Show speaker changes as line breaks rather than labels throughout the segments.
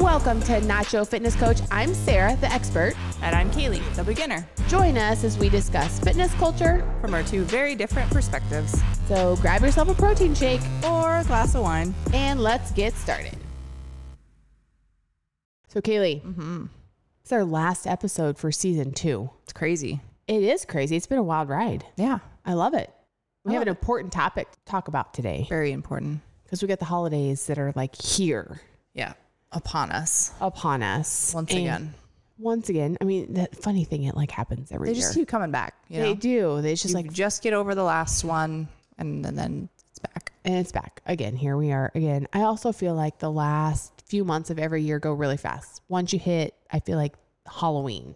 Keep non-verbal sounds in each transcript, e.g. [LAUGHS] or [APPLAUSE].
Welcome to Nacho Fitness Coach. I'm Sarah, the expert.
And I'm Kaylee, the beginner,
Join us as we discuss fitness culture.
from our two very different perspectives.
So grab yourself a protein shake
Or a glass of wine.
and let's get started. So, Kaylee, it's our last episode for season two.
It's crazy.
It is crazy. It's been a wild ride.
Yeah.
I love it. We
I
have an
love
important topic to talk about today
Very important.
because we got the holidays that are like here
Yeah. Upon us.
upon us
Once
And
again.
Once again, I mean, that funny thing it like happens every
They
year.
just keep coming back. You know?
They do. They just
You
like
just get over the last one and, and then it's back.
And it's back again. Here we are again. I also feel like the last few months of every year go really fast. Once you hit, I feel like Halloween,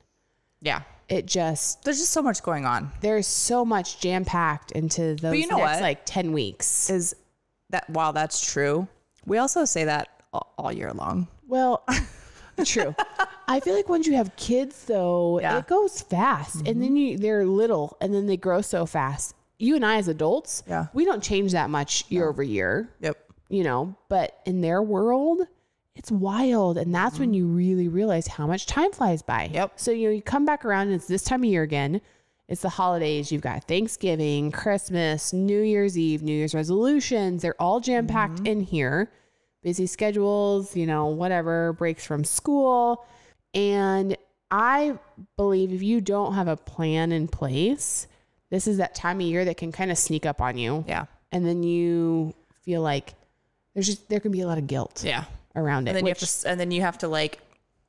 Yeah.
it just,
There's just so much going on.
there's so much jam packed into those
you know
next
what?
like 10 weeks.
Is that while that's true, we also say that all, all year long.
Well, [LAUGHS] true. I feel like once you have kids though,
Yeah. Mm-hmm.
it goes fast and then you, they're little and then they grow so fast. You and I as adults,
Yeah.
we don't change that much year over year.
Yep.
you know, but in their world, it's wild. And that's when you really realize how much time flies by.
Yep.
So, you know, you come back around and it's this time of year again. It's the holidays. You've got Thanksgiving, Christmas, New Year's Eve, New Year's resolutions. They're all jam packed in here. Busy schedules, you know, whatever, breaks from school. And I believe if you don't have a plan in place, this is that time of year that can kind of sneak up on you
Yeah.
and then you feel like there's just there can be a lot of guilt
Yeah.
around it.
And then you
which
have to, s- and then you have to like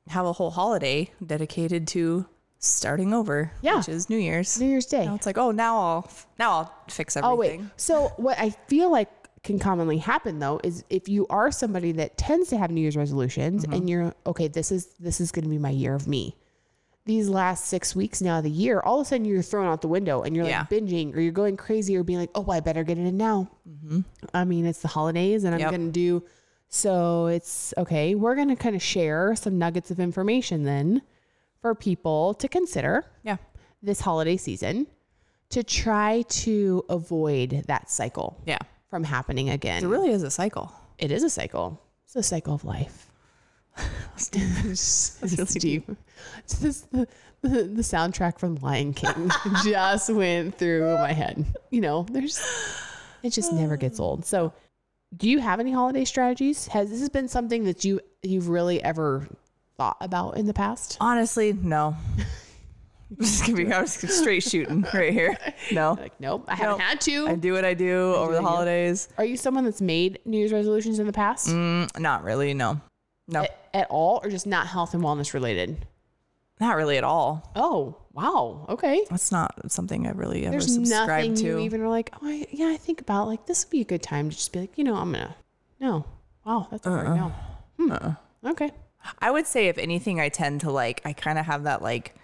have a whole holiday dedicated to starting over.
Yeah.
Which is New Year's.
New Year's Day.
Now it's like, oh, now I'll now I'll fix everything.
oh wait. So what I feel like can commonly happen though is if you are somebody that tends to have New Year's resolutions
Mm-hmm.
and you're okay, this is this is going to be my year of me. These last six weeks now of the year, all of a sudden you're thrown out the window and you're
Yeah.
like binging or you're going crazy or being like, oh, I better get it in now. I mean, it's the holidays and I'm
Mm-hmm. Yep.
going to do. So it's okay. We're going to kind of share some nuggets of information then for people to consider
Yeah.
this holiday season to try to avoid that cycle
Yeah.
from happening again.
It really is a cycle.
it is a cycle. It's a cycle of [LAUGHS] life. [LAUGHS]
It's really deep.
It's just the, the, the soundtrack from Lion [LAUGHS] King just went through my head. You know, [SIGHS] there's it just never gets old. So, do you have any holiday strategies? Has this has been something that you you've really ever thought about in the past? [LAUGHS]
Honestly, no. This is gonna be I'm just straight shooting right here.
[LAUGHS]
No.
Like, nope, I haven't
Nope.
had to.
I do what I do over
what I
the
do.
holidays.
Are you someone that's made New Year's resolutions in the past
Mm, not really, no. No.
at, at all, or just not health and wellness related?
Not really at all.
Oh, wow. Okay.
That's not something I really ever
There's nothing
subscribe
you
to.
even are like, oh, I, yeah, I think about like this would be a good time to just be like, you know, I'm gonna, no, wow, that's hard,
Uh-uh.
no, Hmm. okay,
I would say if anything, I tend to like I kind of have that like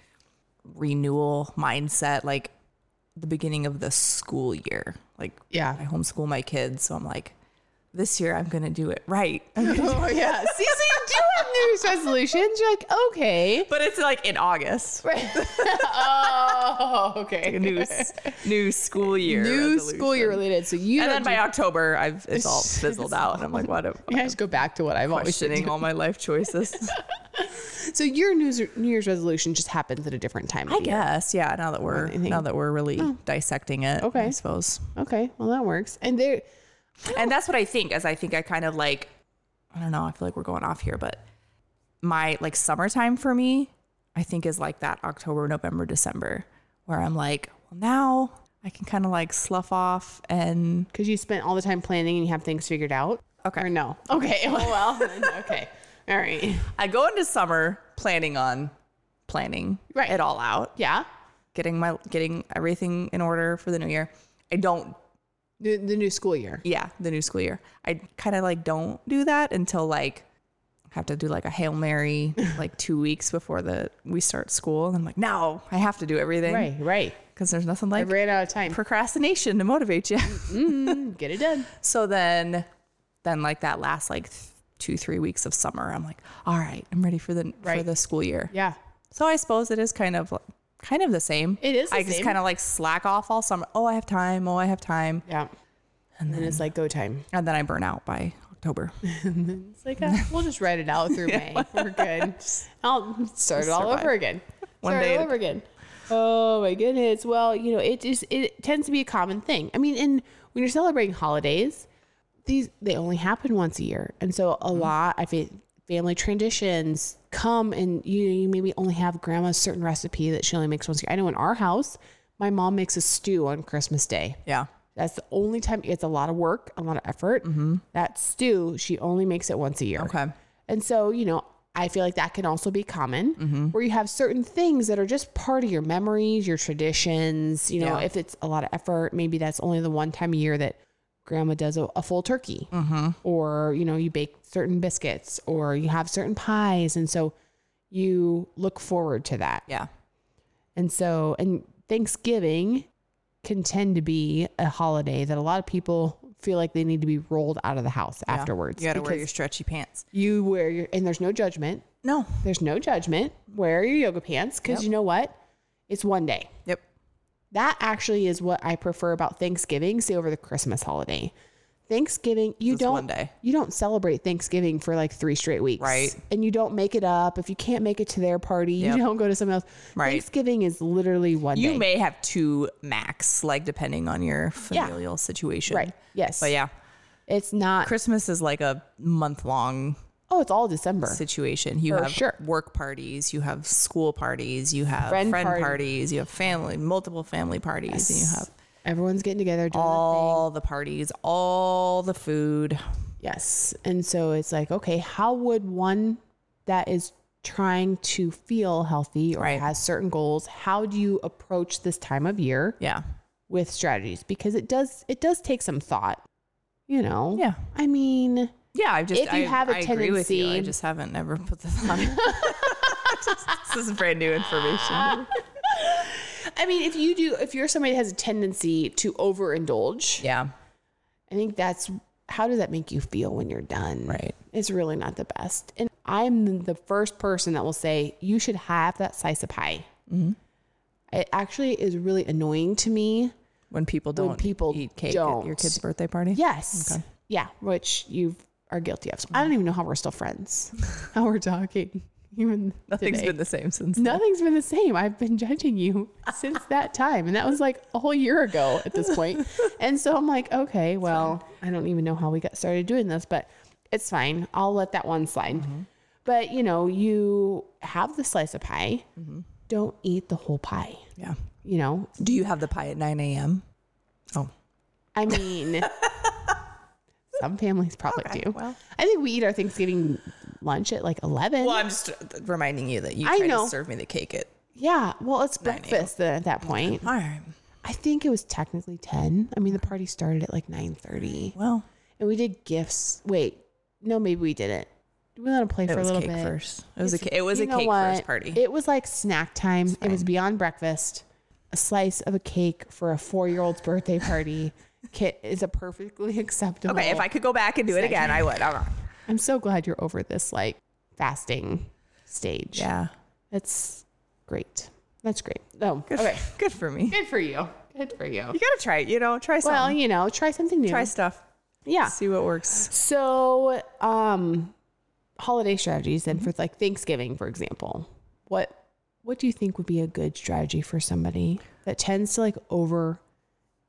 renewal mindset, like the beginning of the school year. Like
yeah,
I homeschool my kids, so I'm like, this year I'm gonna do it right.
[LAUGHS]
[LAUGHS]
oh yeah. See, so you do have New Year's resolutions. You're like, okay, [LAUGHS]
But it's like in August,
oh, okay,
new s- new school year,
new school year
resolution.
related. So you
and
don't
then by October, I've
[LAUGHS]
it's all fizzled out, and I'm like, what? Am
do- I just go back to what I've
I
always
[LAUGHS] questioning all my
[LAUGHS]
life choices?
So your New Year's, New Year's resolution just happens at a different time. Of
I
the year.
guess, yeah. Now that we're
Anything.
now that we're really dissecting it,
Hmm. Okay.
I suppose.
Okay, well that works. And there,
and that's what I think. As I think I kind of like, I don't know. I feel like we're going off here, but my like summertime for me, I think is like that October, November, December, where I'm like, well, now I can kind of like slough off and
because you spent all the time planning and you have things figured out.
Okay.
Or no. Okay. [LAUGHS] well. okay. All right.
I go into summer planning on planning
Right.
it all out,
Yeah.
getting my getting everything in order for the new year. I don't
The, the new school year.
yeah, the new school year. I kind of like don't do that until like I have to do like a
[LAUGHS]
Hail Mary like 2 weeks before the we start school and I'm like, "No, I have to do everything."
Right. Right.
Cuz there's nothing
I
like
ran out of time.
procrastination to
[LAUGHS]
motivate you. [LAUGHS]
Mm, get it done.
so then then like that last like th- 2-3 weeks of summer, I'm like, "All right, I'm ready for the for
Right.
the school year."
Yeah.
So I suppose it is kind of kind of the same.
It is the
I just
same.
kind of like slack off all summer. Oh, I have time. Oh, I have time.
Yeah. And then it's like go time.
And then I burn out by
[LAUGHS]
October.
It's like, uh, we'll just write it out
[LAUGHS]
through May. We're good. I'll start it all
survive.
over again.
One
start it
day at a
over again. Oh my goodness. Well, you know, it is it tends to be a common thing. I mean, and when you're celebrating holidays, these they only happen once a year. And so
Mm-hmm.
a lot I think family traditions come and you know, you maybe only have grandma's certain recipe that she only makes once a year. I know in our house, my mom makes a stew on Christmas Day.
Yeah.
That's the only time it's a lot of work, a lot of effort. That stew, she only makes it once a year.
Mm-hmm. Okay.
And so, you know, I feel like that can also be common
Mm-hmm.
where you have certain things that are just part of your memories, your traditions. You know,
Yeah.
if it's a lot of effort, maybe that's only the one time a year that grandma does a, a full turkey
Mm-hmm.
or, you know, you bake certain biscuits or you have certain pies. And so you look forward to that.
Yeah.
And so, and Thanksgiving can tend to be a holiday that a lot of people feel like they need to be rolled out of the house
Yeah.
afterwards.
You got to wear your
because
stretchy pants.
you wear your, and there's no judgment.
No.
There's no judgment. Wear your yoga pants because
Yep.
you know what? It's one day.
Yep.
That actually is what I prefer about Thanksgiving, say over the Christmas holiday. Thanksgiving, you
Just
don't
one day.
you don't celebrate Thanksgiving for like three straight weeks.
Right.
And you don't make it up. If you can't make it to their party,
Yep.
you don't go to someone else.
Right.
Thanksgiving is literally one day.
You may have two max, like depending on your familial situation.
Right. Yes.
But yeah,
It's not.
Christmas is like a month long
oh, it's all December.
situation. You
For
have
sure.
work parties, you have school parties, you have
Friend
friend,
party.
parties, you have family, multiple family parties, and you have
Everyone's getting together. Doing
all the parties, all the food.
Yes. And so it's like, okay, how would one that is trying to feel healthy or
Right.
has certain goals, how do you approach this time of year
Yeah.
with strategies? Because it does it does take some thought, you know.
Yeah.
I mean,
Yeah, I just
If you
I,
have a
I agree with you. I
tendency-
just haven't ever put the thought. [LAUGHS] Just- this is brand new information.
I mean, if you do if you're somebody that has a tendency to overindulge,
Yeah,
I think that's how does that make you feel when you're done?
right.
It's really not the best. And I'm the first person that will say, you should have that slice of pie.
Mm-hmm.
It actually is really annoying to me.
When people don't
people
eat cake at your
don't.
kid's birthday party.
Yes.
Okay. Mm-hmm.
Yeah. Which you are guilty of. So I don't even know how we're still
[LAUGHS]
friends, how we're talking. [LAUGHS] Even
[LAUGHS] nothing's
today.
been the same since.
Nothing's been the same. I've been judging you since that time. And that was like a whole year ago at this
[LAUGHS]
point. And so I'm like, okay, well, I don't even know how we got started doing this, but it's fine. I'll let that one slide.
Mm-hmm.
But you know, you have the slice of pie,
Mm-hmm.
don't eat the whole pie.
Yeah.
You know,
Do you have the pie at 9 a.m.? Oh,
I
[LAUGHS]
mean, some families probably
Okay,
do.
well.
I think we eat our Thanksgiving lunch at like 11.
well, I'm just uh, reminding you that you
I
tried
know.
to serve me the cake at.
yeah. Well, it's
9 a.m.
breakfast then at that point.
All right.
I think it was technically 10. I mean, the party started at like 9.30.
Well,
And we did gifts. Wait, no, maybe we didn't. Did we let him play
it
for a
was
little
cake
bit?
first. It was a
It's-
ca- it was
you
a
know
cake
what?
first party.
It was like snack time. It was beyond breakfast. A slice of a cake for a four-year-old's birthday
[LAUGHS]
party kit is a perfectly [LAUGHS] acceptable.
okay, if I could go back and do it again, I would. All right.
I'm so glad you're over this like fasting stage.
Yeah.
that's great. That's great. Oh,
Good.
okay,
For, [LAUGHS] good for me.
good for you. Good for you.
You gotta try. it, You know, try something.
Well, you know, try something new.
try stuff.
yeah.
See what works.
So, um, holiday strategies then for like Thanksgiving, for example, what what do you think would be a good strategy for somebody that tends to like over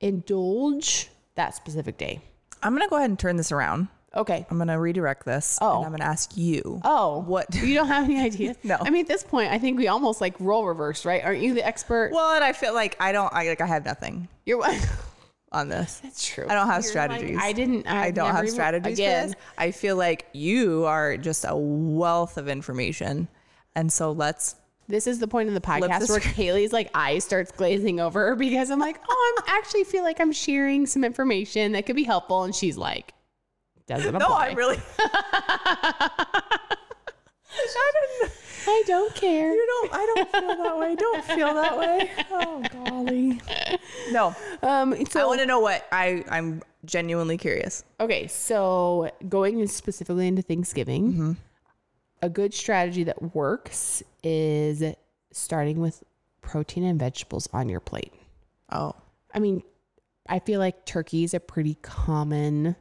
indulge that specific day?
I'm gonna go ahead and turn this around.
Okay.
I'm gonna redirect this.
Oh.
And I'm gonna ask you.
Oh,
What-
you don't have any idea?
[LAUGHS] No.
I mean, at this point, I think we almost like role reverse, right? Aren't you the expert?
Well, and I feel like I don't. I like I have nothing
You're. [LAUGHS]
on this.
That's true.
I don't
You're
have
like,
strategies.
I didn't. I've
I don't
never
have
even-
strategies
again.
for this. I feel like you are just a wealth of information, and so let's.
This is the point in the
Flip
podcast
the
where Kaylee's like eye starts glazing over because I'm like, oh, I'm actually feel like I'm sharing some information that could be helpful, and she's like, doesn't apply.
No, I [LAUGHS] really. I don't.
I don't care.
You don't. [LAUGHS] I don't feel that way. Don't feel that way. Oh golly. No.
Um,
I
so
want to know what I. I'm genuinely curious.
okay, so going in specifically into Thanksgiving,
Mm-hmm.
a good strategy that works is starting with protein and vegetables on your plate.
Oh.
I mean, I feel like turkey is a pretty common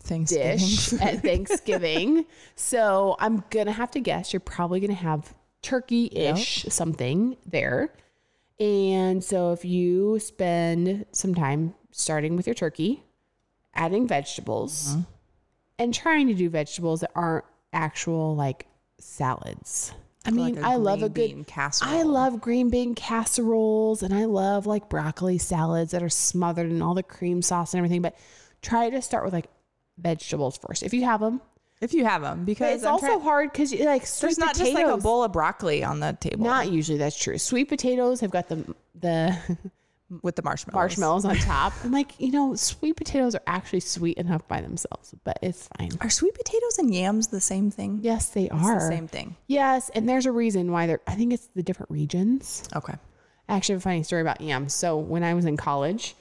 Thanksgiving.
dish
[LAUGHS]
at Thanksgiving. So I'm gonna have to guess you're probably gonna have turkey-ish something there. And so if you spend some time starting with your turkey, adding vegetables,
Mm-hmm.
and trying to do vegetables that aren't actual like salads. I mean,
Like
I love a
green
good
bean casserole.
I love green bean casseroles and I love like broccoli salads that are smothered in all the cream sauce and everything. But try to start with like vegetables first if you have them.
if you have them because
it's
I'm
also
trying-
hard because like sweet
there's not
potatoes.
just like a bowl of broccoli on the table
Not usually that's true. Sweet potatoes have got the the [LAUGHS]
with the marshmallows.
marshmallows on top. I'm like, you know, sweet potatoes are actually sweet enough by themselves, but it's fine.
Are sweet potatoes and yams the same thing?
Yes, they
It's
are.
the same thing.
Yes, and there's a reason why they're. I think it's the different regions.
Okay.
I actually have a funny story about yams. So when I was in college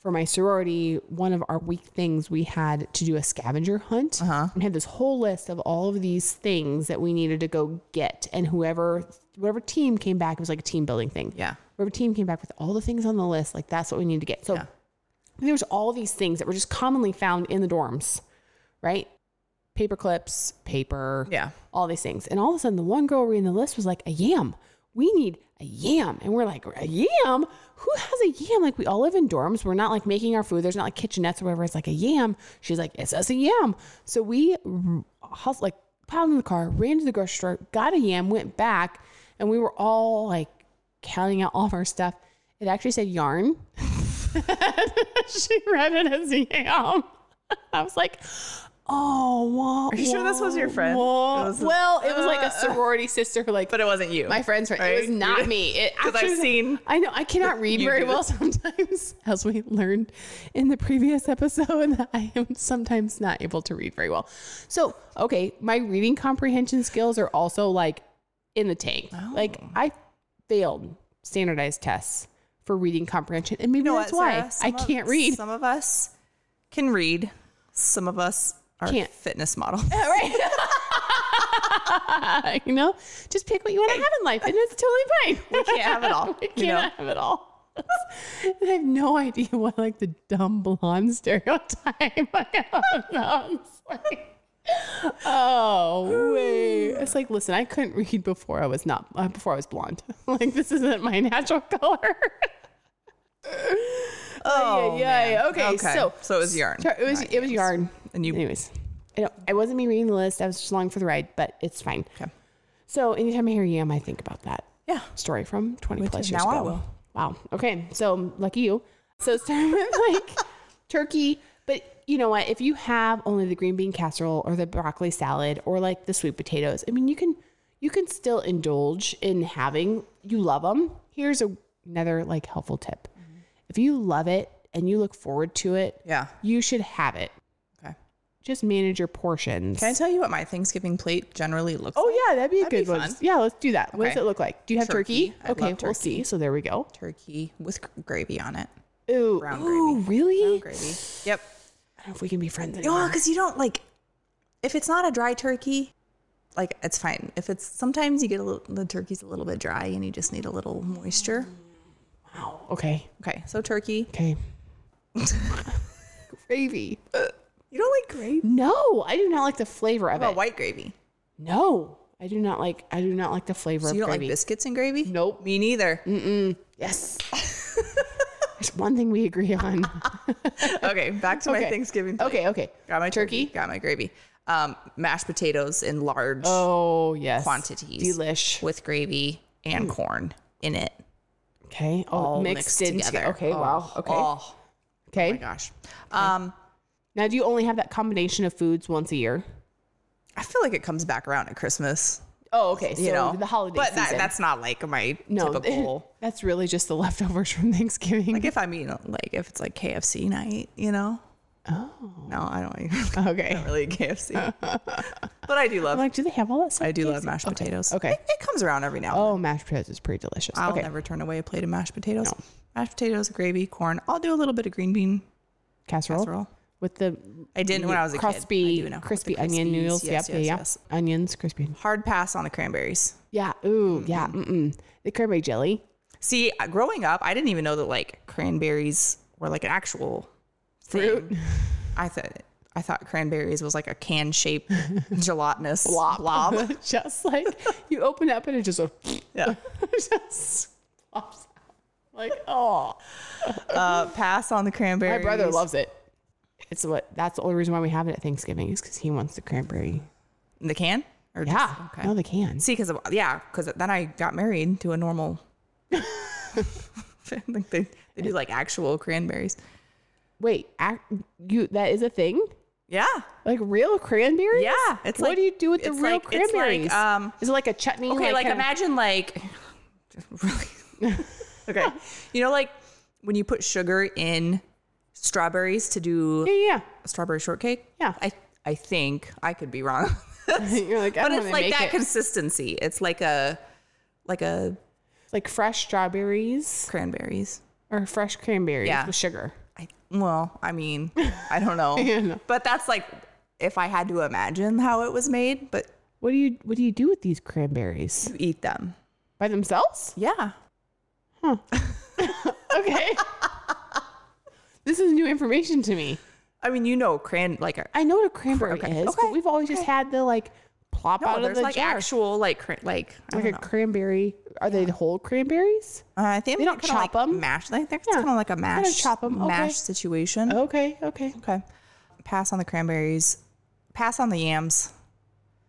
for my sorority, one of our week things we had to do a scavenger hunt. Uh-huh. We had this whole list of all of these things that we needed to go get, and whoever whatever team came back, it was like a team building thing.
Yeah.
Whoever team came back with all the things on the list, like that's what we need to get. So
Yeah.
there was all these things that were just commonly found in the dorms, right? Paper clips, paper,
Yeah.
all these things. And all of a sudden, the one girl reading the list was like, a yam. We need a yam. And we're like, a yam? Who has a yam? Like, we all live in dorms. We're not like making our food. There's not like kitchenettes or whatever. It's like a yam. She's like, it's us a yam. So we r- hustled, like, piled in the car, ran to the grocery store, got a yam, went back, and we were all like counting out all of our stuff. It actually said yarn. [LAUGHS] she read it as yam. [LAUGHS] I was like, oh, wow. Are
you sure this was your friend? It was a-
well, it was like
[LAUGHS]
a sorority sister, like
But it wasn't you.
my friend's friend. It was
Right? [LAUGHS]
not me. It
'Cause I've
actually was-
seen-
I know I
[LAUGHS]
cannot read
You
very
do
well sometimes, [LAUGHS] as we learned in the previous episode. [LAUGHS] I am sometimes not able to read very well. So, okay, my reading comprehension skills are also like in the tank.
Oh.
Like I failed standardized tests for reading comprehension, and maybe
You know
that's
what,
why I
Sarah? Some of-
can't read.
Some of us can read. Some of us are
Can't.
fitness models.
[LAUGHS] right? [LAUGHS] you know, just pick what you want to have in life, and it's totally fine. [LAUGHS] We
can't have it [LAUGHS] all,
we
you know?
cannot have it all. [LAUGHS] And I have no idea why, like the dumb blonde stereotype. [LAUGHS] I don't know. I'm just like, oh wait, it's like listen, I couldn't read before I was not uh, before I was blonde. [LAUGHS] like this isn't my natural [LAUGHS] color.
Oh,
yeah, yeah.
man.
Okay, so-
so it was yarn.
Sorry, it was
Not
it was
yams.
yarn.
And you-
anyways, I don't, it wasn't me reading the list. I was just along for the ride, but it's fine.
Okay.
So anytime I hear yam, I think about that
Yeah.
story from 20
Me
plus
too.
years
Now I
ago.
will.
Wow. Okay. So lucky you. So [LAUGHS] start with like turkey, but you know what? If you have only the green bean casserole or the broccoli salad or like the sweet potatoes, I mean, you can you can still indulge in having you love them. Here's a, another like helpful tip:
Mm-hmm.
if you love it and you look forward to it,
Yeah.
you should have it.
Okay.
Just manage your portions.
Can I tell you what my Thanksgiving plate generally looks like?
Oh yeah, that'd be a
That'd be
good one.
fun.
Yeah, let's do that. What does
Okay.
it look like? Do you have turkey?
Turkey. I
Okay,
love
we'll
turkey.
see. So there we go.
Turkey with gr- gravy on it.
Ooh,
Brown
ooh, really?
Brown gravy. Yep.
I don't know if we can be friends anymore.
No, because you don't like if it's not a dry turkey, like it's fine. If it's sometimes you get a little the turkey's a little bit dry and you just need a little moisture.
Mm. Wow. Okay.
Okay, so turkey. [LAUGHS]
Okay. Gravy.
You don't like gravy?
No, I do not like the flavor of
About
it.
white gravy.
No, I do not like. I do not like the flavor
So
of
you don't
gravy.
like biscuits and gravy?
Nope. Mm.
Me neither.
[LAUGHS] Yes. There's one thing we agree on.
[LAUGHS] [LAUGHS] okay, back to my
Okay.
Thanksgiving. plate.
okay. Okay.
Got my turkey.
Turkey?
Got my gravy. Um, mashed potatoes in large
Oh yes.
quantities.
Delish.
with gravy and corn in it.
Okay.
All mixed,
mixed, in
together.
Okay.
Oh,
wow. Okay.
Oh,
okay.
my gosh. Um,
Now, do you only have that combination of foods once a year?
I feel like it comes back around at Christmas.
Oh, okay. So
you know
the holiday
but
season.
That, that's not like my
no, [LAUGHS]
typical
that's really just the leftovers from [LAUGHS] Thanksgiving.
like if i mean like if it's like kfc night you know
oh,
no i don't even [LAUGHS]
okay.
not really
[LAUGHS]
eat kfc but i do love
I'm like, do they have all that stuff?
i do
at
love
KFC?
mashed
Okay,
potatoes
Okay.
it, it comes around every now and then.
Oh, mashed potatoes is pretty delicious.
i'll
okay.
never turn away a plate of mashed potatoes mashed potatoes gravy corn i'll do a little bit of green bean
casserole,
casserole
with the
i didn't when i was a
crispy,
kid I do now. With the
crispy onion
crispies.
noodles. yep.
yes, yes,
yeah, yeah.
yes.
Onions, crispy.
hard pass on the cranberries
Yeah. Ooh.
Mm-hmm.
Yeah. Mm-mm. The cranberry jelly. [LAUGHS]
See, uh, growing up, I didn't even know that like cranberries were like an actual thing.
Fruit.
I thought I thought cranberries was like a can
[LAUGHS]
shaped gelatinous blob.
just like you open up and it just, [LAUGHS]
Yeah.
just pops out. Like, oh.
Uh, pass on the
My
cranberries.
brother loves it. It's what that's the only reason why we have it at Thanksgiving is because he wants the cranberry.
the can. Or just-
Yeah.
okay.
No, they can.
See, because yeah, because then I got married to
[LAUGHS]
a normal. [LAUGHS] like they, they do like actual cranberries.
Wait, ac you that is a thing?
Yeah.
Like real cranberries?
Yeah, it's
what
like-
do you do with the
it's
real
like- it's like,
cranberries?
um,
is it like a chutney?
Okay, like,
kinda-
imagine like [LAUGHS] really Okay.
[LAUGHS]
You know like when you put sugar in strawberries to do
Yeah, yeah, [LAUGHS]
strawberry shortcake?
Yeah.
I I think I could be wrong. [LAUGHS]
yeah. You're like, I
but
don't know
it's
they
like
make
that
it.
consistency. It's like a like a
like fresh strawberries
cranberries.
or fresh cranberries
Yeah.
with sugar.
I well, I mean, I don't
[LAUGHS]
know.
Yeah, no.
But that's like if I had to imagine how it was made, but
What do you what do you do with these cranberries?
you eat them.
By themselves?
Yeah.
Okay. [LAUGHS] this is new information to me.
I mean, you know, cran like a
I know what a cranberry
Okay,
is, but
okay,
we've always just had the like plop
no,
out of
there's
the
like
jar.
actual like cran like I
like
don't
a
know.
cranberry. Are they whole cranberries?
Uh, I think
They
they
don't
don't
chop
chop like
'em?
Mash. Like they're
Yeah.
kind of like a
don't
mash.
chop 'em, okay.
Mash situation.
Okay, okay.
Okay. Pass on the cranberries. Pass on the yams.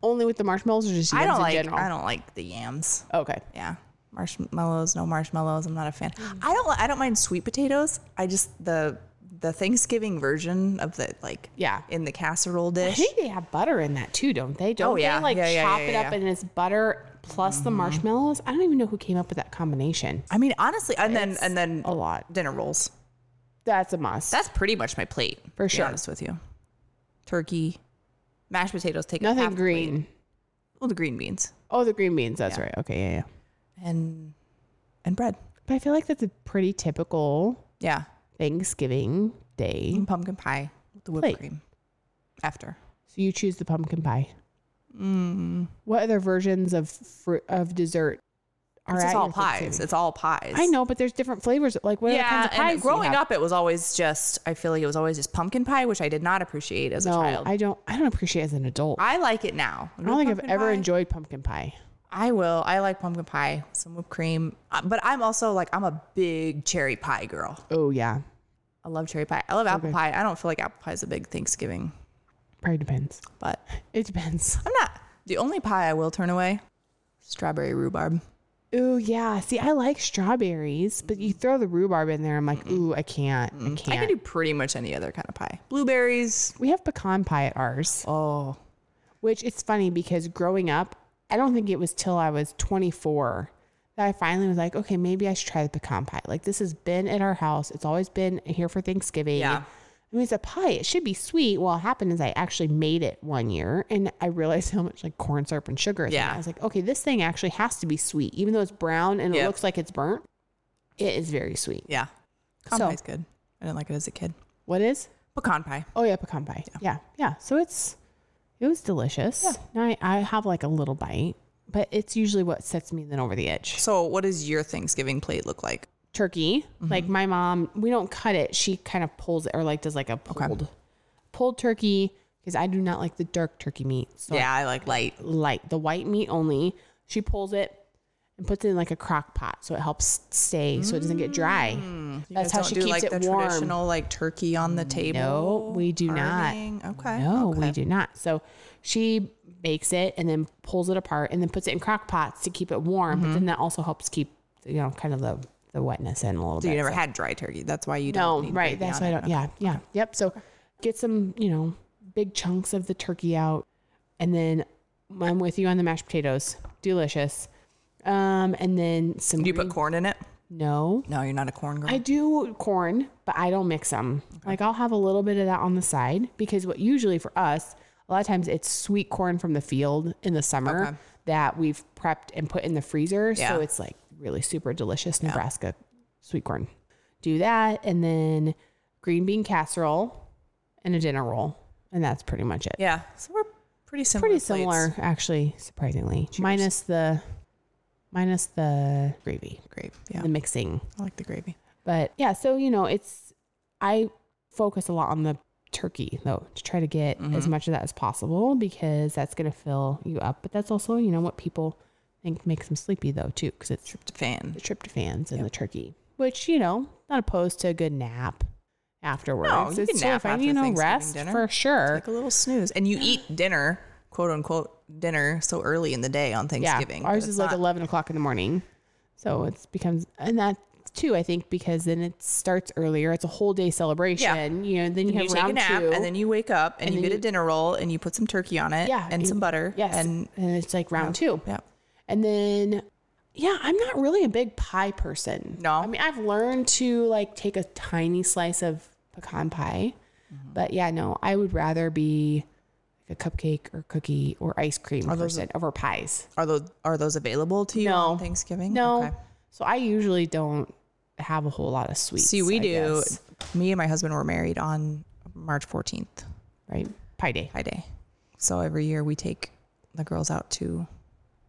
Only with the marshmallows or just yams
I don't
in
like.
general?
I don't like the yams.
Okay.
Yeah. Marshmallows. No marshmallows. I'm not a fan. I don't. li- I don't mind sweet potatoes. I just the the Thanksgiving version of the like
Yeah.
in the casserole
I
dish.
think they have butter in that too, don't they? Don't
yeah.
they like
Yeah, yeah,
chop
yeah,
it
yeah,
up
yeah.
and it's butter plus the marshmallows? I don't even know who came up with that combination.
I mean, honestly, and then and then
A lot.
dinner rolls.
That's a must.
That's pretty much my plate.
For
to be
sure.
honest with you. Turkey, mashed potatoes take up half
Nothing
the plate.
green.
Well, the green beans.
Oh, the green beans. That's right. Okay, yeah, yeah.
and and bread.
But I feel like that's a pretty typical
Yeah,
Thanksgiving day.
and pumpkin pie with the whipped
Plate.
cream. After
So you choose the pumpkin pie.
Mm.
What other versions of fruit of dessert are
it's
at
just all
your
pies.
Thanksgiving?
It's all pies.
I know, but there's different flavors. Like what other
Yeah,
kinds of pies? do
and
you
growing
have?
up, it was always just. I feel like it was always just pumpkin pie, which I did not appreciate as
no,
a child. I,
I don't. I don't appreciate it as an adult. I,
like it now. I
don't think I've ever enjoyed pumpkin pie.
I will. I like pumpkin pie, some whipped cream, Uh, but I'm also like I'm a big cherry pie girl.
Oh yeah,
I love cherry pie. I love apple pie. I don't feel like apple pie is a big Thanksgiving,
probably depends.
but
It depends.
I'm not the only pie I will turn away. Strawberry rhubarb.
Oh yeah. See, I like strawberries, but you throw the rhubarb in there, I'm like, ooh, I can't. I can't.
I can do pretty much any other kind of pie. Blueberries.
we have pecan pie at ours.
Oh,
Which it's funny because growing up, I don't think it was till I was 24 that I finally was like, okay, maybe I should try the pecan pie. Like this has been at our house. It's always been here for Thanksgiving.
Yeah.
I mean, it's a pie. It should be sweet. Well, what happened is I actually made it one year and I realized [LAUGHS] how much like corn syrup and sugar is in it.
Yeah.
I was like, okay, this thing actually has to be sweet. Even though it's brown and it
Yep.
looks like it's burnt, it is very sweet.
yeah. Pecan
So-
pie's good. I didn't like it as a kid.
What is?
Pecan pie.
Oh yeah, pecan pie. Yeah. yeah, So it's it was delicious. Now I, I have like a little bite, but it's usually what sets me then over the edge.
So, what does your Thanksgiving plate look like?
Turkey,
Mm-hmm.
like my mom, we don't cut it. She kind of pulls it or like does like a pulled pulled turkey because I do not like the dark turkey meat. So
yeah, I like light.
light, the white meat only. She pulls it and puts it in like a crock pot so it helps stay so it doesn't get dry. That's how
Mm. Don't
she
do
keeps
like
it
the
warm.
traditional like turkey on the table.
No, we do not.
thing. Okay.
No, Oh, we do not. So she bakes it and then pulls it apart and then puts it in crock pots to keep it warm.
Mm-hmm.
But then that also helps keep, you know, kind of the, the wetness in a little
So
bit.
you never had dry turkey. That's why you
no,
don't. need
right.
gravy
That's
on
why I
it.
don't. Yeah. Yeah. Yep. So get some, you know, big chunks of the turkey out. And then I'm with you on the mashed potatoes. Delicious. Um, and then some.
Do you put corn in it?
no.
No, you're not a corn girl.
I do corn, but I don't mix them. Like I'll have a little bit of that on the side because what usually for us, a lot of times it's sweet corn from the field in the summer
Okay.
that we've prepped and put in the freezer.
Yeah.
So it's like really super delicious Nebraska sweet corn. Do that and then green bean casserole and a dinner roll. And that's pretty much it.
yeah. So we're pretty similar.
Pretty
plates.
similar, actually, surprisingly. Minus the minus the gravy,
Grape. Yeah.
the mixing.
I like the gravy.
But yeah, so you know, it's I focus a lot on the turkey though to try to get
Mm-hmm.
as much of that as possible because that's going to fill you up. But that's also, you know, what people think makes them sleepy though too because it's
Fan.
the tryptophans and the turkey, which you know, not opposed to a good nap afterwards.
No, you
it's
can
still
nap
fine,
after
you know,
Thanksgiving
rest
dinner.
for sure.
Like a little snooze. And you eat dinner, quote unquote, dinner so early in the day on
yeah,
Thanksgiving. but
ours
it's
is like
not-
eleven o'clock in the morning, so it's becomes and that too. I think because then it starts earlier. It's a whole day celebration. You know, then you
You,
have
take
round
a nap
two,
and then you wake up and, you
then
get a
you-
dinner roll and you put some turkey on it
yeah,
and some butter.
Yes,
And
and, it's like round two.
yeah.
And then, yeah, I'm not really a big pie person.
No?
I mean, I've learned to like take a tiny slice of pecan pie,
Mm-hmm.
but yeah, no, I would rather be like a cupcake or cookie or ice cream person over pies.
Are those are those available to you
No.
on Thanksgiving?
No.
Mm, Okay.
So I usually don't have a whole lot of sweets.
See, we
I
do.
guess,
Me and my husband were married on March 14th,
right? Pie day.
Pie Day. So every year we take the girls out to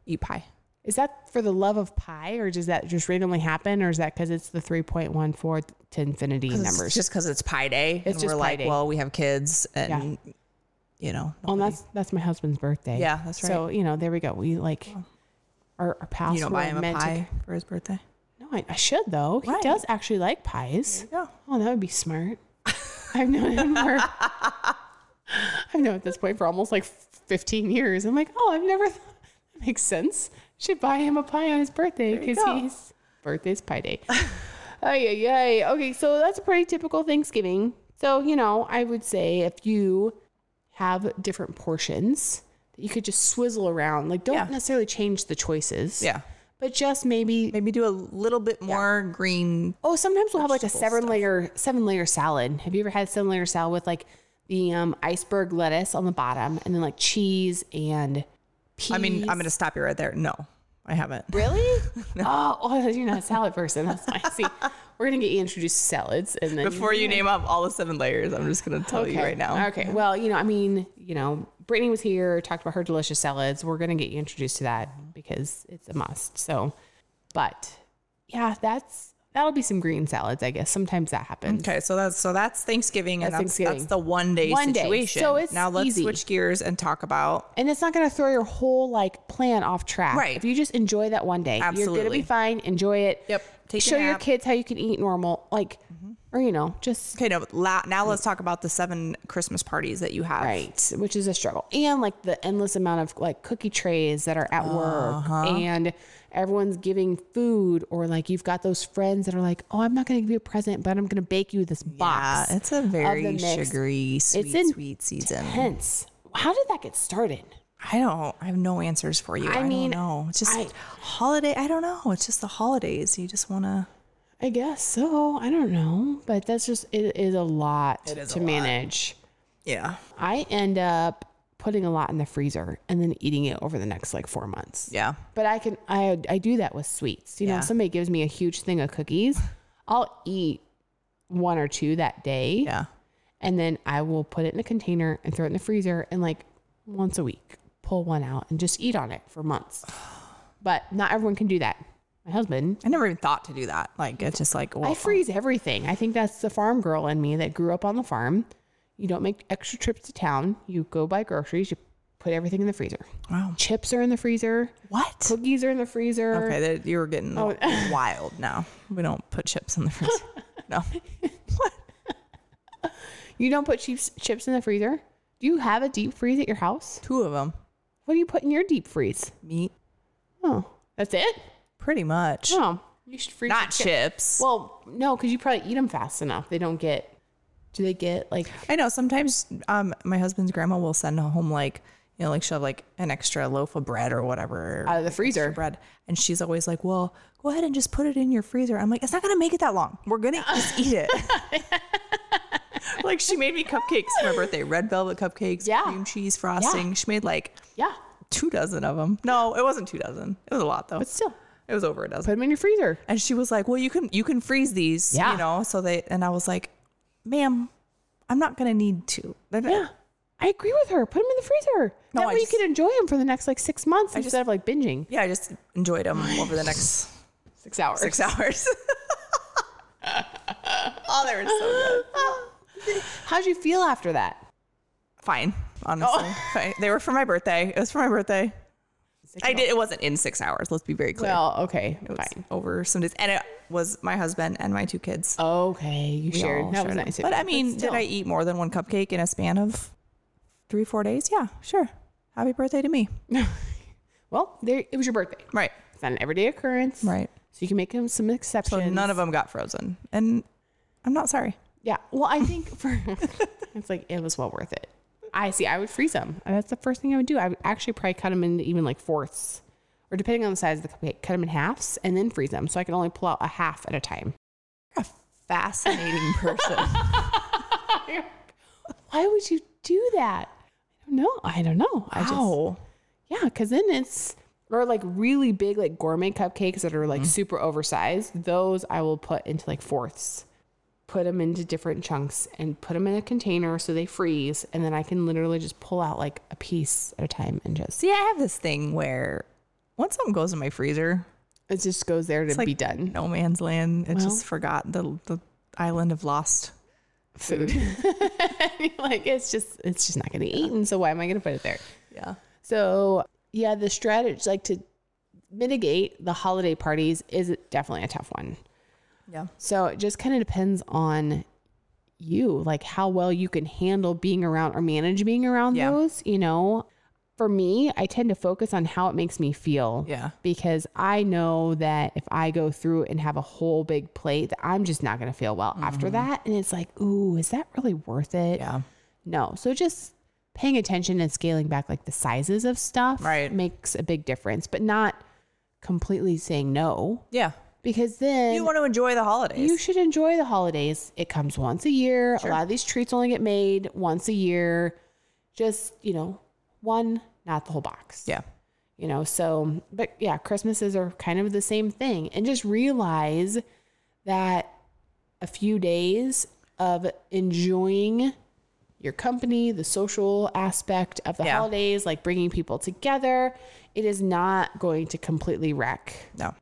eat pie.
Is that for the love of pie or does that just randomly happen or is that because it's the 3.14 to infinity
'Cause it's
numbers?
just because it's Pie Day. and
just
we're
Pie
like,
Day.
well, we have kids and, you know,
Well, Oh, and that's that's my husband's birthday.
Yeah, that's right. Oh.
So you know, there we go. We like our, our pals.
you don't
were
buy him a
meant to-
pie for his birthday.
no, I, I should though.
Right.
He does actually like pies.
Yeah.
Oh, that would be smart. I've known him for. I've known at this point for almost like 15 years. I'm like, oh, I've never. Th- that makes sense. Should buy him a pie on his birthday
There you
because
go.
his birthday's pie day. Oh yeah, yeah. Okay, so that's a pretty typical Thanksgiving. So you know, I would say if you have different portions that you could just swizzle around, like don't
Yeah.
necessarily change the choices.
Yeah.
But just maybe
Maybe do a little bit more green.
Oh, sometimes we'll have like a
Vegetable
seven layer seven layer salad. Have you ever had seven layer salad with like the um, iceberg lettuce on the bottom and then like cheese and peas?
I mean, I'm [LAUGHS] going to stop you right there. No, I haven't.
really? oh, oh, you're not a salad person. That's nice.
[LAUGHS]
See, we're gonna get you introduced to salads and then
Before you name up all the seven layers, I'm just going to tell you right now.
Okay. Well, you know, I mean, you know, Brittany was here, talked about her delicious salads. We're gonna get you introduced to that because it's a must. So, but yeah, that's that'll be some green salads, I guess. Sometimes that happens.
Okay, so that's so that's Thanksgiving, and that's,
That's Thanksgiving.
that's the one day
One day.
situation.
So it's
now let's
easy.
switch gears and talk about
And it's not going to throw your whole like plan off track.
Right.
If you just enjoy that one day, you're going to
Absolutely.
be fine. Enjoy it.
Yep. Take a
Show your
nap. Mm-hmm.
kids how you can eat normal, like, or you know, just
okay. No, la, now let's talk about the seven Christmas parties that you have.
right, which is a struggle, and like the endless amount of like cookie trays that are at
Uh-huh.
work, and everyone's giving food, or like you've got those friends that are like, oh, I'm not going to give you a present, but I'm going to bake you this
Yeah,
box.
Uh, it's a very
mix.
sugary, sweet,
in-
sweet season.
Hence, how did that get started?
I don't. I have no answers for you. I,
mean,
don't know. It's just
I-
holiday. I don't know. It's just the holidays. You just want to.
I guess so. I don't know, but that's just it is a lot
is
to
a lot.
manage.
Yeah.
I end up putting a lot in the freezer and then eating it over the next like 4 months.
Yeah.
But I can I I do that with sweets. You know,
Yeah.
if somebody gives me a huge thing of cookies, I'll eat one or two that day
Yeah.
and then I will put it in a container and throw it in the freezer and like once a week pull one out and just eat on it for months. But not everyone can do that. My husband
I never even thought to do that. Like it's just like well,
I freeze everything. I think that's the farm girl in me that grew up on the farm. You don't make extra trips to town. You go buy groceries. You put everything in the freezer.
wow.
Chips are in the freezer.
What?
Cookies are in Oh. the freezer.
Okay, that you were getting
[LAUGHS]
wild now. We don't put chips in the freezer. No.
You don't put chips chips in the freezer. Do you have a deep freeze at your house?
Two of them.
What do you put in your deep freeze?
Meat,
Oh, that's it.
pretty much.
Oh, you should freeze.
Not
your chi-
chips.
Well, no, because you probably eat them fast enough. They don't get. Do they get like?
I know sometimes um, my husband's grandma will send home like you know like she'll have like an extra loaf of bread or whatever
Out of the
extra
freezer.
bread, and she's always like, "Well, go ahead and just put it in your freezer." I'm like, "It's not gonna make it that long.
[LAUGHS]
We're gonna just eat it." like she made me cupcakes for my birthday, red velvet cupcakes,
Yeah.
cream cheese frosting. She made like
Yeah,
two dozen of them. No, it wasn't two dozen. It was a lot though.
but still,
It was over a dozen.
put them in your freezer.
And she was like, "Well, you can you can freeze these,
Yeah.
you know." So they and I was like, "Ma'am, I'm not gonna need to." But
Yeah. I agree with her. Put them in the freezer. that
No, I
way
just-
you can enjoy them for the next like six months instead
just-
of like binging
yeah, I just enjoyed them over the next [LAUGHS]
six hours. [GASPS]
six hours. oh, they were so good.
How'd you feel after that?
Fine, honestly.
Oh.
Fine. They were for my birthday. It was for my birthday. I did. It wasn't in six hours. Let's be very clear.
Well, okay,
it was
fine.
over some days, and it was my husband and my two kids.
Okay, you
We
shared.
all
That was
shared it.
nice. of
But
you.
I mean, did
still.
I eat more than one cupcake in a span of three, four days? Yeah, sure. Happy birthday to me.
[LAUGHS] Well, there it was your birthday.
Right,
It's not an everyday occurrence,
right.
so you can make him some
So
exceptions.
none of them got frozen, and I'm not sorry.
Yeah. Well, I think for [LAUGHS] it's like it was well worth it. I see. I would freeze them. That's the first thing I would do. I would actually probably cut them into even like fourths, or depending on the size of the cupcake, cut them in halves and then freeze them, so I can only pull out a half at a time.
You're a fascinating [LAUGHS] person.
Why would you do that? I don't know. I don't know. I just
wow.
yeah, because then it's or like really big like gourmet cupcakes that are like super oversized. Those I will put into like fourths. Put them into different chunks and put them in a container so they freeze, and then I can literally just pull out like a piece at a time and just
See, I have this thing where once something goes in my freezer,
it just goes there to
like
be done.
no man's land. It
Well.
just forgot the the island of lost.
Food, [LAUGHS] like it's just it's just not gonna be eaten. So why am I gonna put it there?
Yeah.
So yeah, the strategy like to mitigate the holiday parties is definitely a tough one.
Yeah.
So it just kind of depends on you, like how well you can handle being around or manage being around
Yeah.
those, you know. For me, I tend to focus on how it makes me feel.
Yeah.
Because I know that if I go through and have a whole big plate, that I'm just not going to feel well after that. And it's like, ooh, is that really worth it?
Mm-hmm. Yeah.
No. So just paying attention and scaling back like the sizes of stuff
Right.
makes a big difference, but not completely saying no
Yeah.
because then
You want to enjoy the holidays.
you should enjoy the holidays. It comes once a year. A lot of these treats only get made once a year. Just, you know, one, not the whole box.
yeah.
You know, so, but yeah, Christmases are kind of the same thing. And just realize that a few days of enjoying your company, the social aspect of the
Yeah.
holidays, like bringing people together, it is not going to completely wreck
No.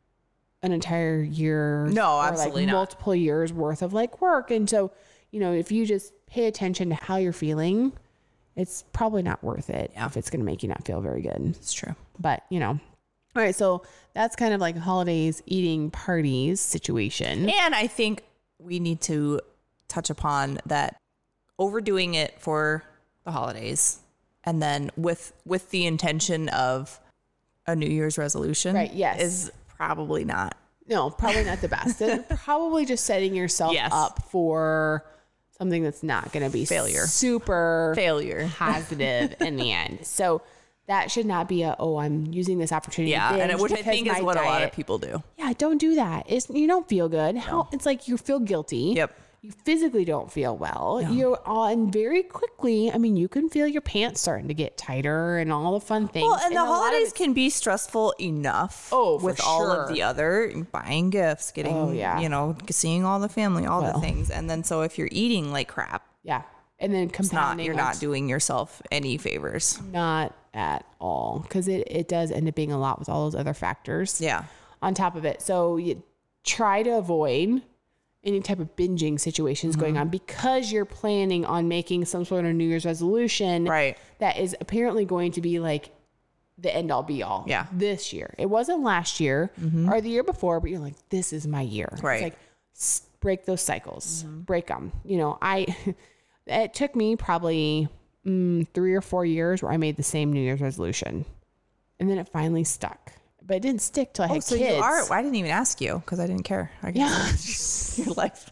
an entire year. or,
No,
like,
absolutely not.
Multiple years worth of like work. And so, you know, if you just pay attention to how you're feeling, it's probably not worth it
Yeah.
if it's going to make you not feel very good.
It's true.
But, you know, all right. So that's kind of like holidays, eating, parties situation.
And I think we need to touch upon that overdoing it for the holidays and then with with the intention of a New Year's resolution
Right, yes.
is probably not.
No, probably not the best.
[LAUGHS]
And probably just setting yourself
Yes.
up for something that's not going to be
Failure.
super
Failure.
positive in the end. So that should not be a oh I'm using this opportunity. to
Yeah, and
binge
it- which I
because
think is
my
what a lot of
diet- [LAUGHS]
people do.
Yeah, don't do that. It's you don't feel good. How it's like you feel guilty.
Yep.
You physically don't feel well. You're on very quickly. I mean, you can feel your pants starting to get tighter and all the fun things.
Well, and
a
the
lot of
holidays
it's-
can be stressful enough.
Oh, for
with all of
sure.
the other buying gifts, getting,
Oh, yeah.
you know, seeing all the family, all the things, and then so if you're eating like crap,
yeah, and then
not
compounding.
you're
on
not doing yourself any favors.
Not at all. Because it, it does end up being a lot with all those other factors
Yeah,
on top of it. So you try to avoid any type of binging situations going on because you're planning on making some sort of New Year's resolution
right.
that is apparently going to be like the end all be all
Yeah. Mm-hmm.
this year. It wasn't last year or the year before, but you're like, this is my year.
Right. Mm-hmm.
It's like, s- break those cycles, break 'em. break them. You know, I, [LAUGHS] it took me probably mm, three or four years where I made the same New Year's resolution. And then it finally stuck, but it didn't stick till I
Oh,
had
so
kids.
you are. I didn't even ask you because I didn't care.
[LAUGHS]
I guess [LAUGHS] your life.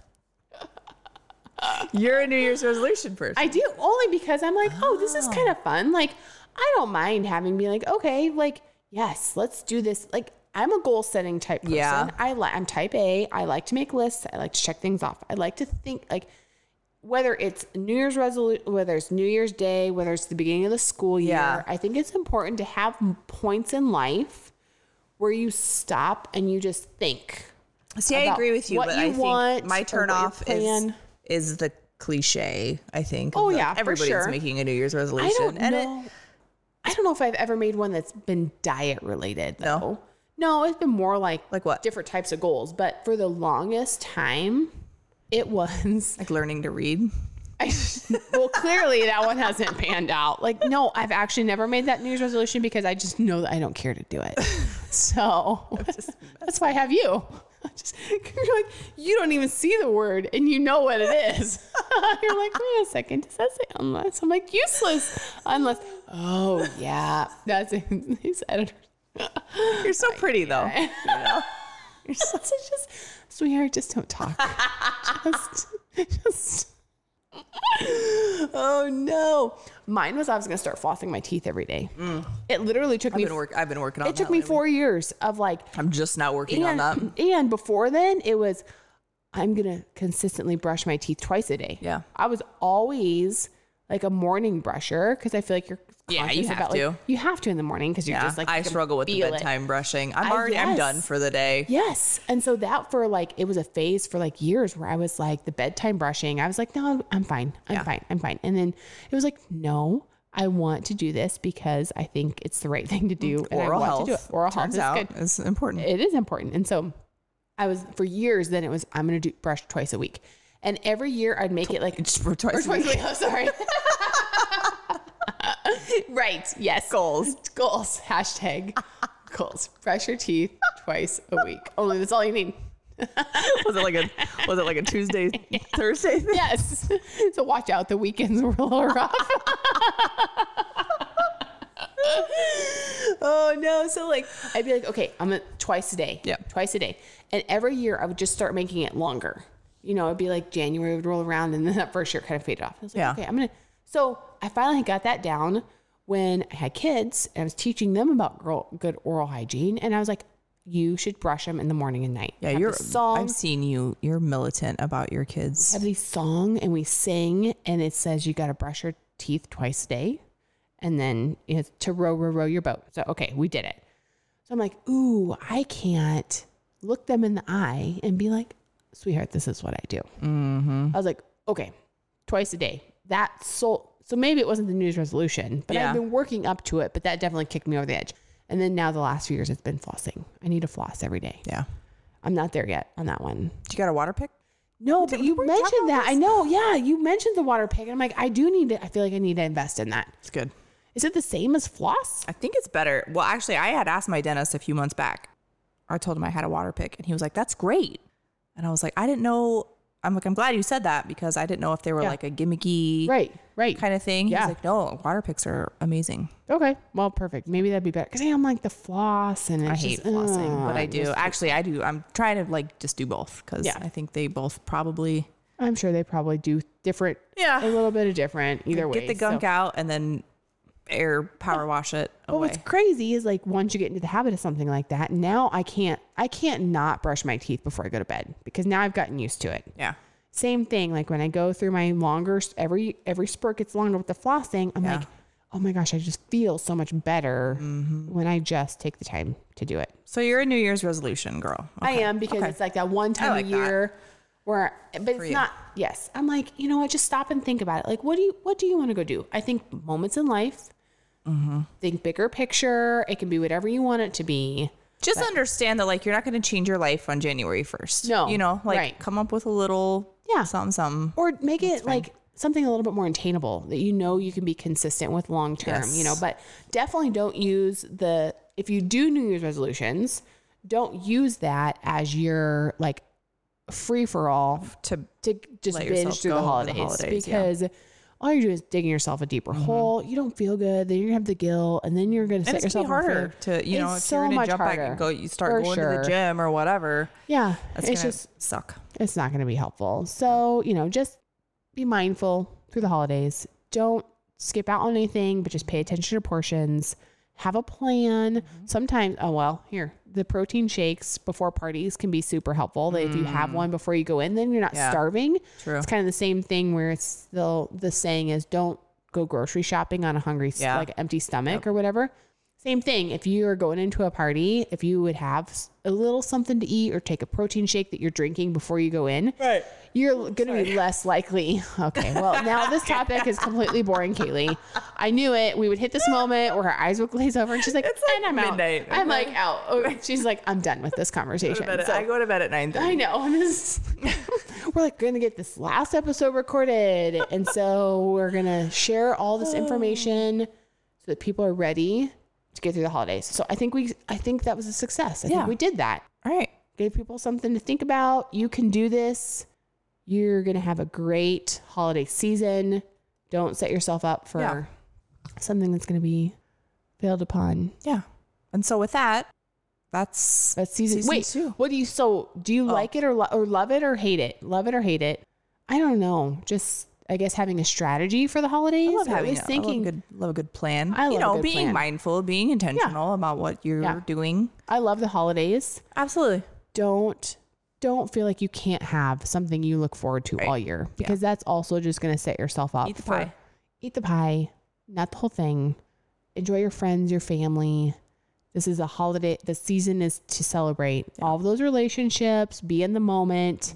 You're a New Year's resolution person.
I do only because I'm like, oh, this is kind of
Ah.
fun. Like, I don't mind having be like, okay, like, yes, let's do this. Like, I'm a goal setting type person.
Yeah.
I li- I'm type A. I like to make lists. I like to check things off. I like to think like whether it's New Year's resolution, whether it's New Year's Day, whether it's the beginning of the school year.
Yeah.
I think it's important to have m- points in life where you stop and you just think.
See, I
about
agree with you,
what
but
you
I think
want
my
or what your
turnoff is
plan-
is the cliche. I think.
Oh,
of, like,
yeah, for
everybody's
sure.
making a New Year's resolution,
I don't
and it,
know. I don't know if I've ever made one that's been diet related though. No. it's been more like
Like what?
different types of goals. But for the longest time, it [LAUGHS] was [LAUGHS]
like learning to read.
I, well, clearly that one hasn't panned out. Like, no, I've actually never made that New Year's resolution because I just know that I don't care to do it. So [LAUGHS] that's why I have you. I Just, 'cause you're like, you don't even see the word and you know what it is. [LAUGHS] you're like, wait a second, does that say unless? I'm like, useless. Unless, oh, yeah. That's [LAUGHS] these editors.
You're so pretty though. [LAUGHS]
[LAUGHS] You're such a just, sweetheart, just don't talk. just, just. oh no. Mine was I was gonna start flossing my teeth every day. It literally took
Mm. I've
me.
been work. I've been working on.
it took
that
me
lately.
four years of like.
I'm just not working
And,
on that.
and before then, it was I'm gonna consistently brush my teeth twice a day.
Yeah.
I was always like a morning brusher because I feel like you're.
Yeah, you
conscious
have
about, like,
to.
you have to in the morning because you're [LAUGHS]
Yeah,
just like
I
you can
struggle with the
feel it.
bedtime brushing. I'm
I-
already. I'm done
yes.
for the day.
Yes. And so that for like, it was a phase for like years where I was like, the bedtime brushing, I was like, no, I'm, I'm fine. I'm fine. I'm fine. And then it was like, no, I want to do this because I think it's the right [LAUGHS] thing to do. And
Oral
I want
health.
To do it. Oral
turns
health is
out
good.
is important.
It is important. And so I was, for years, then it was, I'm going to do brush twice a week. And every year I'd make it like,
Just for twice.
or
a week.
twice a week. Oh, sorry. [LAUGHS] right. Yes. Goals. Goals. Hashtag goals. Brush your teeth twice a week. Only that's all you need.
Was it like a was it like a [LAUGHS] Tuesday Thursday thing?
Yes. [LAUGHS] So watch out. The weekends [LAUGHS] were a little rough. oh no. So like I'd be like, okay, I'm a, twice a day.
Yeah.
Twice a day. And every year I would just start making it longer. You know, it'd be like January would roll around and then that first year kind of faded off. I was like,
Yeah.
okay, I'm gonna so I finally got that down when I had kids and I was teaching them about girl, good oral hygiene. And I was like, you should brush them in the morning and night.
Yeah,
Have
you're.
the song
I've seen you. You're militant about your kids.
have these song and we sing and it says you got to brush your teeth twice a day and then it's to row row row your boat so okay we did it so i'm like ooh i can't look them in the eye and be like sweetheart this is what i do i was like okay twice a day that so so maybe it wasn't the news resolution but
Yeah.
i've been working up to it but that definitely kicked me over the edge and then now the last few years it's been flossing i need to floss every day
Yeah.
i'm not there yet on that one
Do you got a water pick?
no, but you
we talk
mentioned
about
that. I know. Yeah, you mentioned the water pig. I'm like, I do need to. I feel like I need to invest in that.
It's good.
Is it the same as floss?
I think it's better. Well, actually, I had asked my dentist a few months back. I told him I had a water pick, and he was like, "That's great." And I was like, "I didn't know." I'm like, "I'm glad you said that because I didn't know if they were
Yeah.
like a gimmicky
Right. Right.
kind of thing."
Yeah.
He's like, "No, water picks are amazing."
Okay. Well, perfect. Maybe that'd be better. Cause hey, I'm like the floss and it's
I hate
just,
flossing,
ugh,
but I
it
do.
just-
Actually, I do. I'm trying to like just do both because
Yeah.
I think they both probably
I'm sure they probably do different. A
Yeah.
little bit of different either way.
get the gunk out and then air power wash it
But
away.
what's crazy is like once you get into the habit of something like that, now I can't. I can't not brush my teeth before I go to bed because now I've gotten used to it.
yeah,
same thing. Like when I go through my longer every every spurt gets longer with the flossing, I'm
Yeah.
like, oh my gosh, I just feel so much better when I just take the time to do it.
so you're a New Year's resolution girl.
I am because it's like that one time
like
a
that.
year where but it's
you.
not yes. I'm like, you know what, just stop and think about it. Like what do you what do you want to go do? I think moments in life,
Mm-hmm.
think bigger picture. It can be whatever you want it to be.
Just understand that like you're not going to change your life on January 1st.
No,
you know, like
right.
come up with a little
Yeah.
something something.
or make it like something a little bit more attainable that you know you can be consistent with long term you know
Yes.
but definitely don't use the if you do new year's resolutions don't use that as your like free for all
to
to just
Let
binge
yourself
through the
go over the
holidays,
holidays, yeah. Mm-hmm.
because all you're doing is digging yourself a deeper hole you don't feel good then you're gonna have the guilt and then you're gonna set
and it's gonna
yourself up
be
for-
harder to you know if
It's
you're
so
gonna
much
jump back
harder.
and go you start
For
going to
sure.
the gym or whatever
yeah
that's
it's
gonna
just
suck
it's not going to be helpful. So, you know, just be mindful through the holidays. Don't skip out on anything, but just pay attention to portions. Have a plan.
Mm-hmm.
Sometimes, oh, well, here, the protein shakes before parties can be super helpful. That if you have one before you go in, then you're not
Mm. Yeah.
starving.
True.
It's kind of the same thing where it's still the saying is don't go grocery shopping on a hungry, s-
Yeah.
like empty stomach or whatever. Same thing. If you are going into a party, if you would have s- a little something to eat or take a protein shake that you're drinking before you go in,
Right.
you're going to be less likely. Okay. Well, now this topic is completely boring, Kaylee. I knew it. We would hit this moment where her eyes would glaze over, and she's like, "And I'm
midnight,
out." I'm like, "Out." Oh, she's like, "I'm done with this conversation."
But
So-
I go to bed at nine thirty.
I know. This is- [LAUGHS] we're like going to get this last episode recorded. And so we're going to share all this information so that people are ready to get through the holidays. So I think we I think that was a success. I
Yeah.
think we did that.
All right.
Gave people something to think about. You can do this. You're going to have a great holiday season. Don't set yourself up for
Yeah.
something that's going to be failed upon.
Yeah. And so with that, that's
That's season, Oh.
Season
wait,
two.
What do you so do you like it or lo- or love it or hate it? Love it or hate it? I don't know. Just I guess having a strategy for the holidays.
I love having
was
a, I love
thinking.
a good love a good plan.
I
you
love a
know,
good
being
plan.
mindful, being intentional about what you're
Yeah.
doing.
I love the holidays.
Absolutely.
Don't don't feel like you can't have something you look forward to
Right.
all year because that's also just going to set yourself up
Eat the
for-
pie.
Eat the pie, not the whole thing. Enjoy your friends, your family. This is a holiday. The season is to celebrate all of those relationships, be in the moment,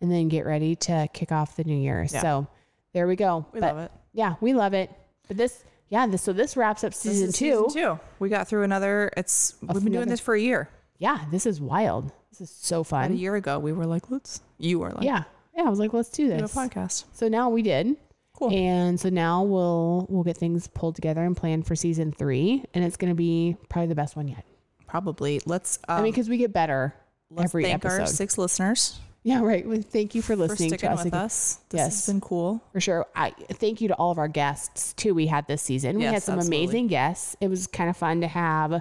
and then get ready to kick off the new year.
Mm-hmm. Yeah.
So there we go.
We
But
love it.
Yeah, we love it. But this, yeah, this, so this wraps up
This
season
is
two.
Season two. We got through another. It's we've been doing
another-
this for a year.
Yeah, this is wild. This is so
About a
fun.
year ago, we were like, let's. You were like,
Yeah. Yeah. I was like, let's do
do a
this.
podcast.
So now we did.
Cool.
And so now we'll we'll get things pulled together and plan for season three, and it's gonna be probably the best one yet.
Probably. Let's. Um,
I mean, because we get better
let's
every
thank our
episode.
six listeners
yeah, right. Well, thank you for
for
listening
sticking
to us,
with
again.
us. This
Yes. Mm-hmm.
has been cool.
for sure. I thank you to all of our guests too. We had this season. we
Yes,
had some
absolutely.
amazing guests. It was kind of fun to have,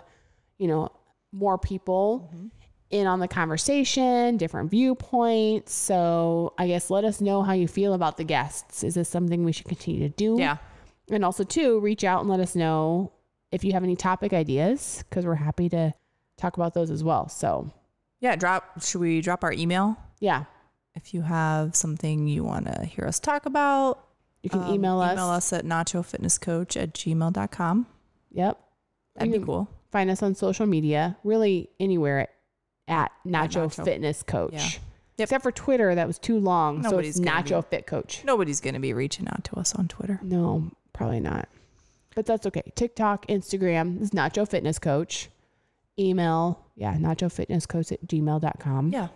you know, more people
Mm-hmm.
in on the conversation, different viewpoints. So I guess let us know how you feel about the guests. Is this something we should continue to do?
Yeah.
And also, too, reach out and let us know if you have any topic ideas because we're happy to talk about those as well. So,
Yeah. Drop. Should we drop our email?
yeah,
If you have something you want to hear us talk about,
you can
um,
email us.
Email us at nachofitnesscoach at gmail.com.
Yep.
That'd
You
be
can
cool.
Find us on social media, really anywhere at, at Nacho,
Nacho.
Fitness Coach.
Yeah. Yep.
Except for Twitter, that was too long.
Nobody's
so it's
gonna
Nacho Fit Coach.
Nobody's going to be reaching out to us on Twitter.
No, probably not. But that's okay. TikTok, Instagram is Nacho Fitness Coach. Email, yeah, Nacho Fitness Coach at gmail.com.
Yeah.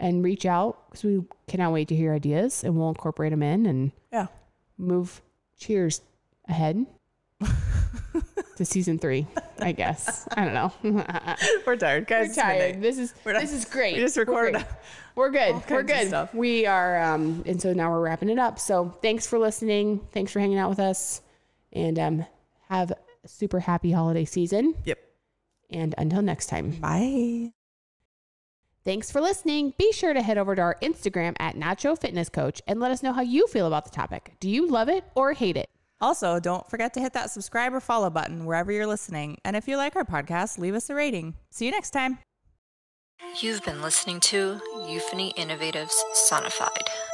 and reach out because we cannot wait to hear ideas and we'll incorporate them in and
Yeah.
move cheers ahead to season three, I guess. I don't know.
[LAUGHS]
[LAUGHS]
We're tired, guys.
We're tired. This is
We're not-
this is great.
we just
We're
recorded
great. We're good. We're
kinds of
good.
stuff.
We are um and so now we're wrapping it up. So thanks for listening. Thanks for hanging out with us. And um have a super happy holiday season.
Yep.
And until next time.
Bye.
Thanks for listening. Be sure to head over to our Instagram at Nacho Fitness Coach and let us know how you feel about the topic. Do you love it or hate it?
Also, don't forget to hit that subscribe or follow button wherever you're listening. And if you like our podcast, leave us a rating. See you next time.
You've been listening to Euphony Innovatives Sonified.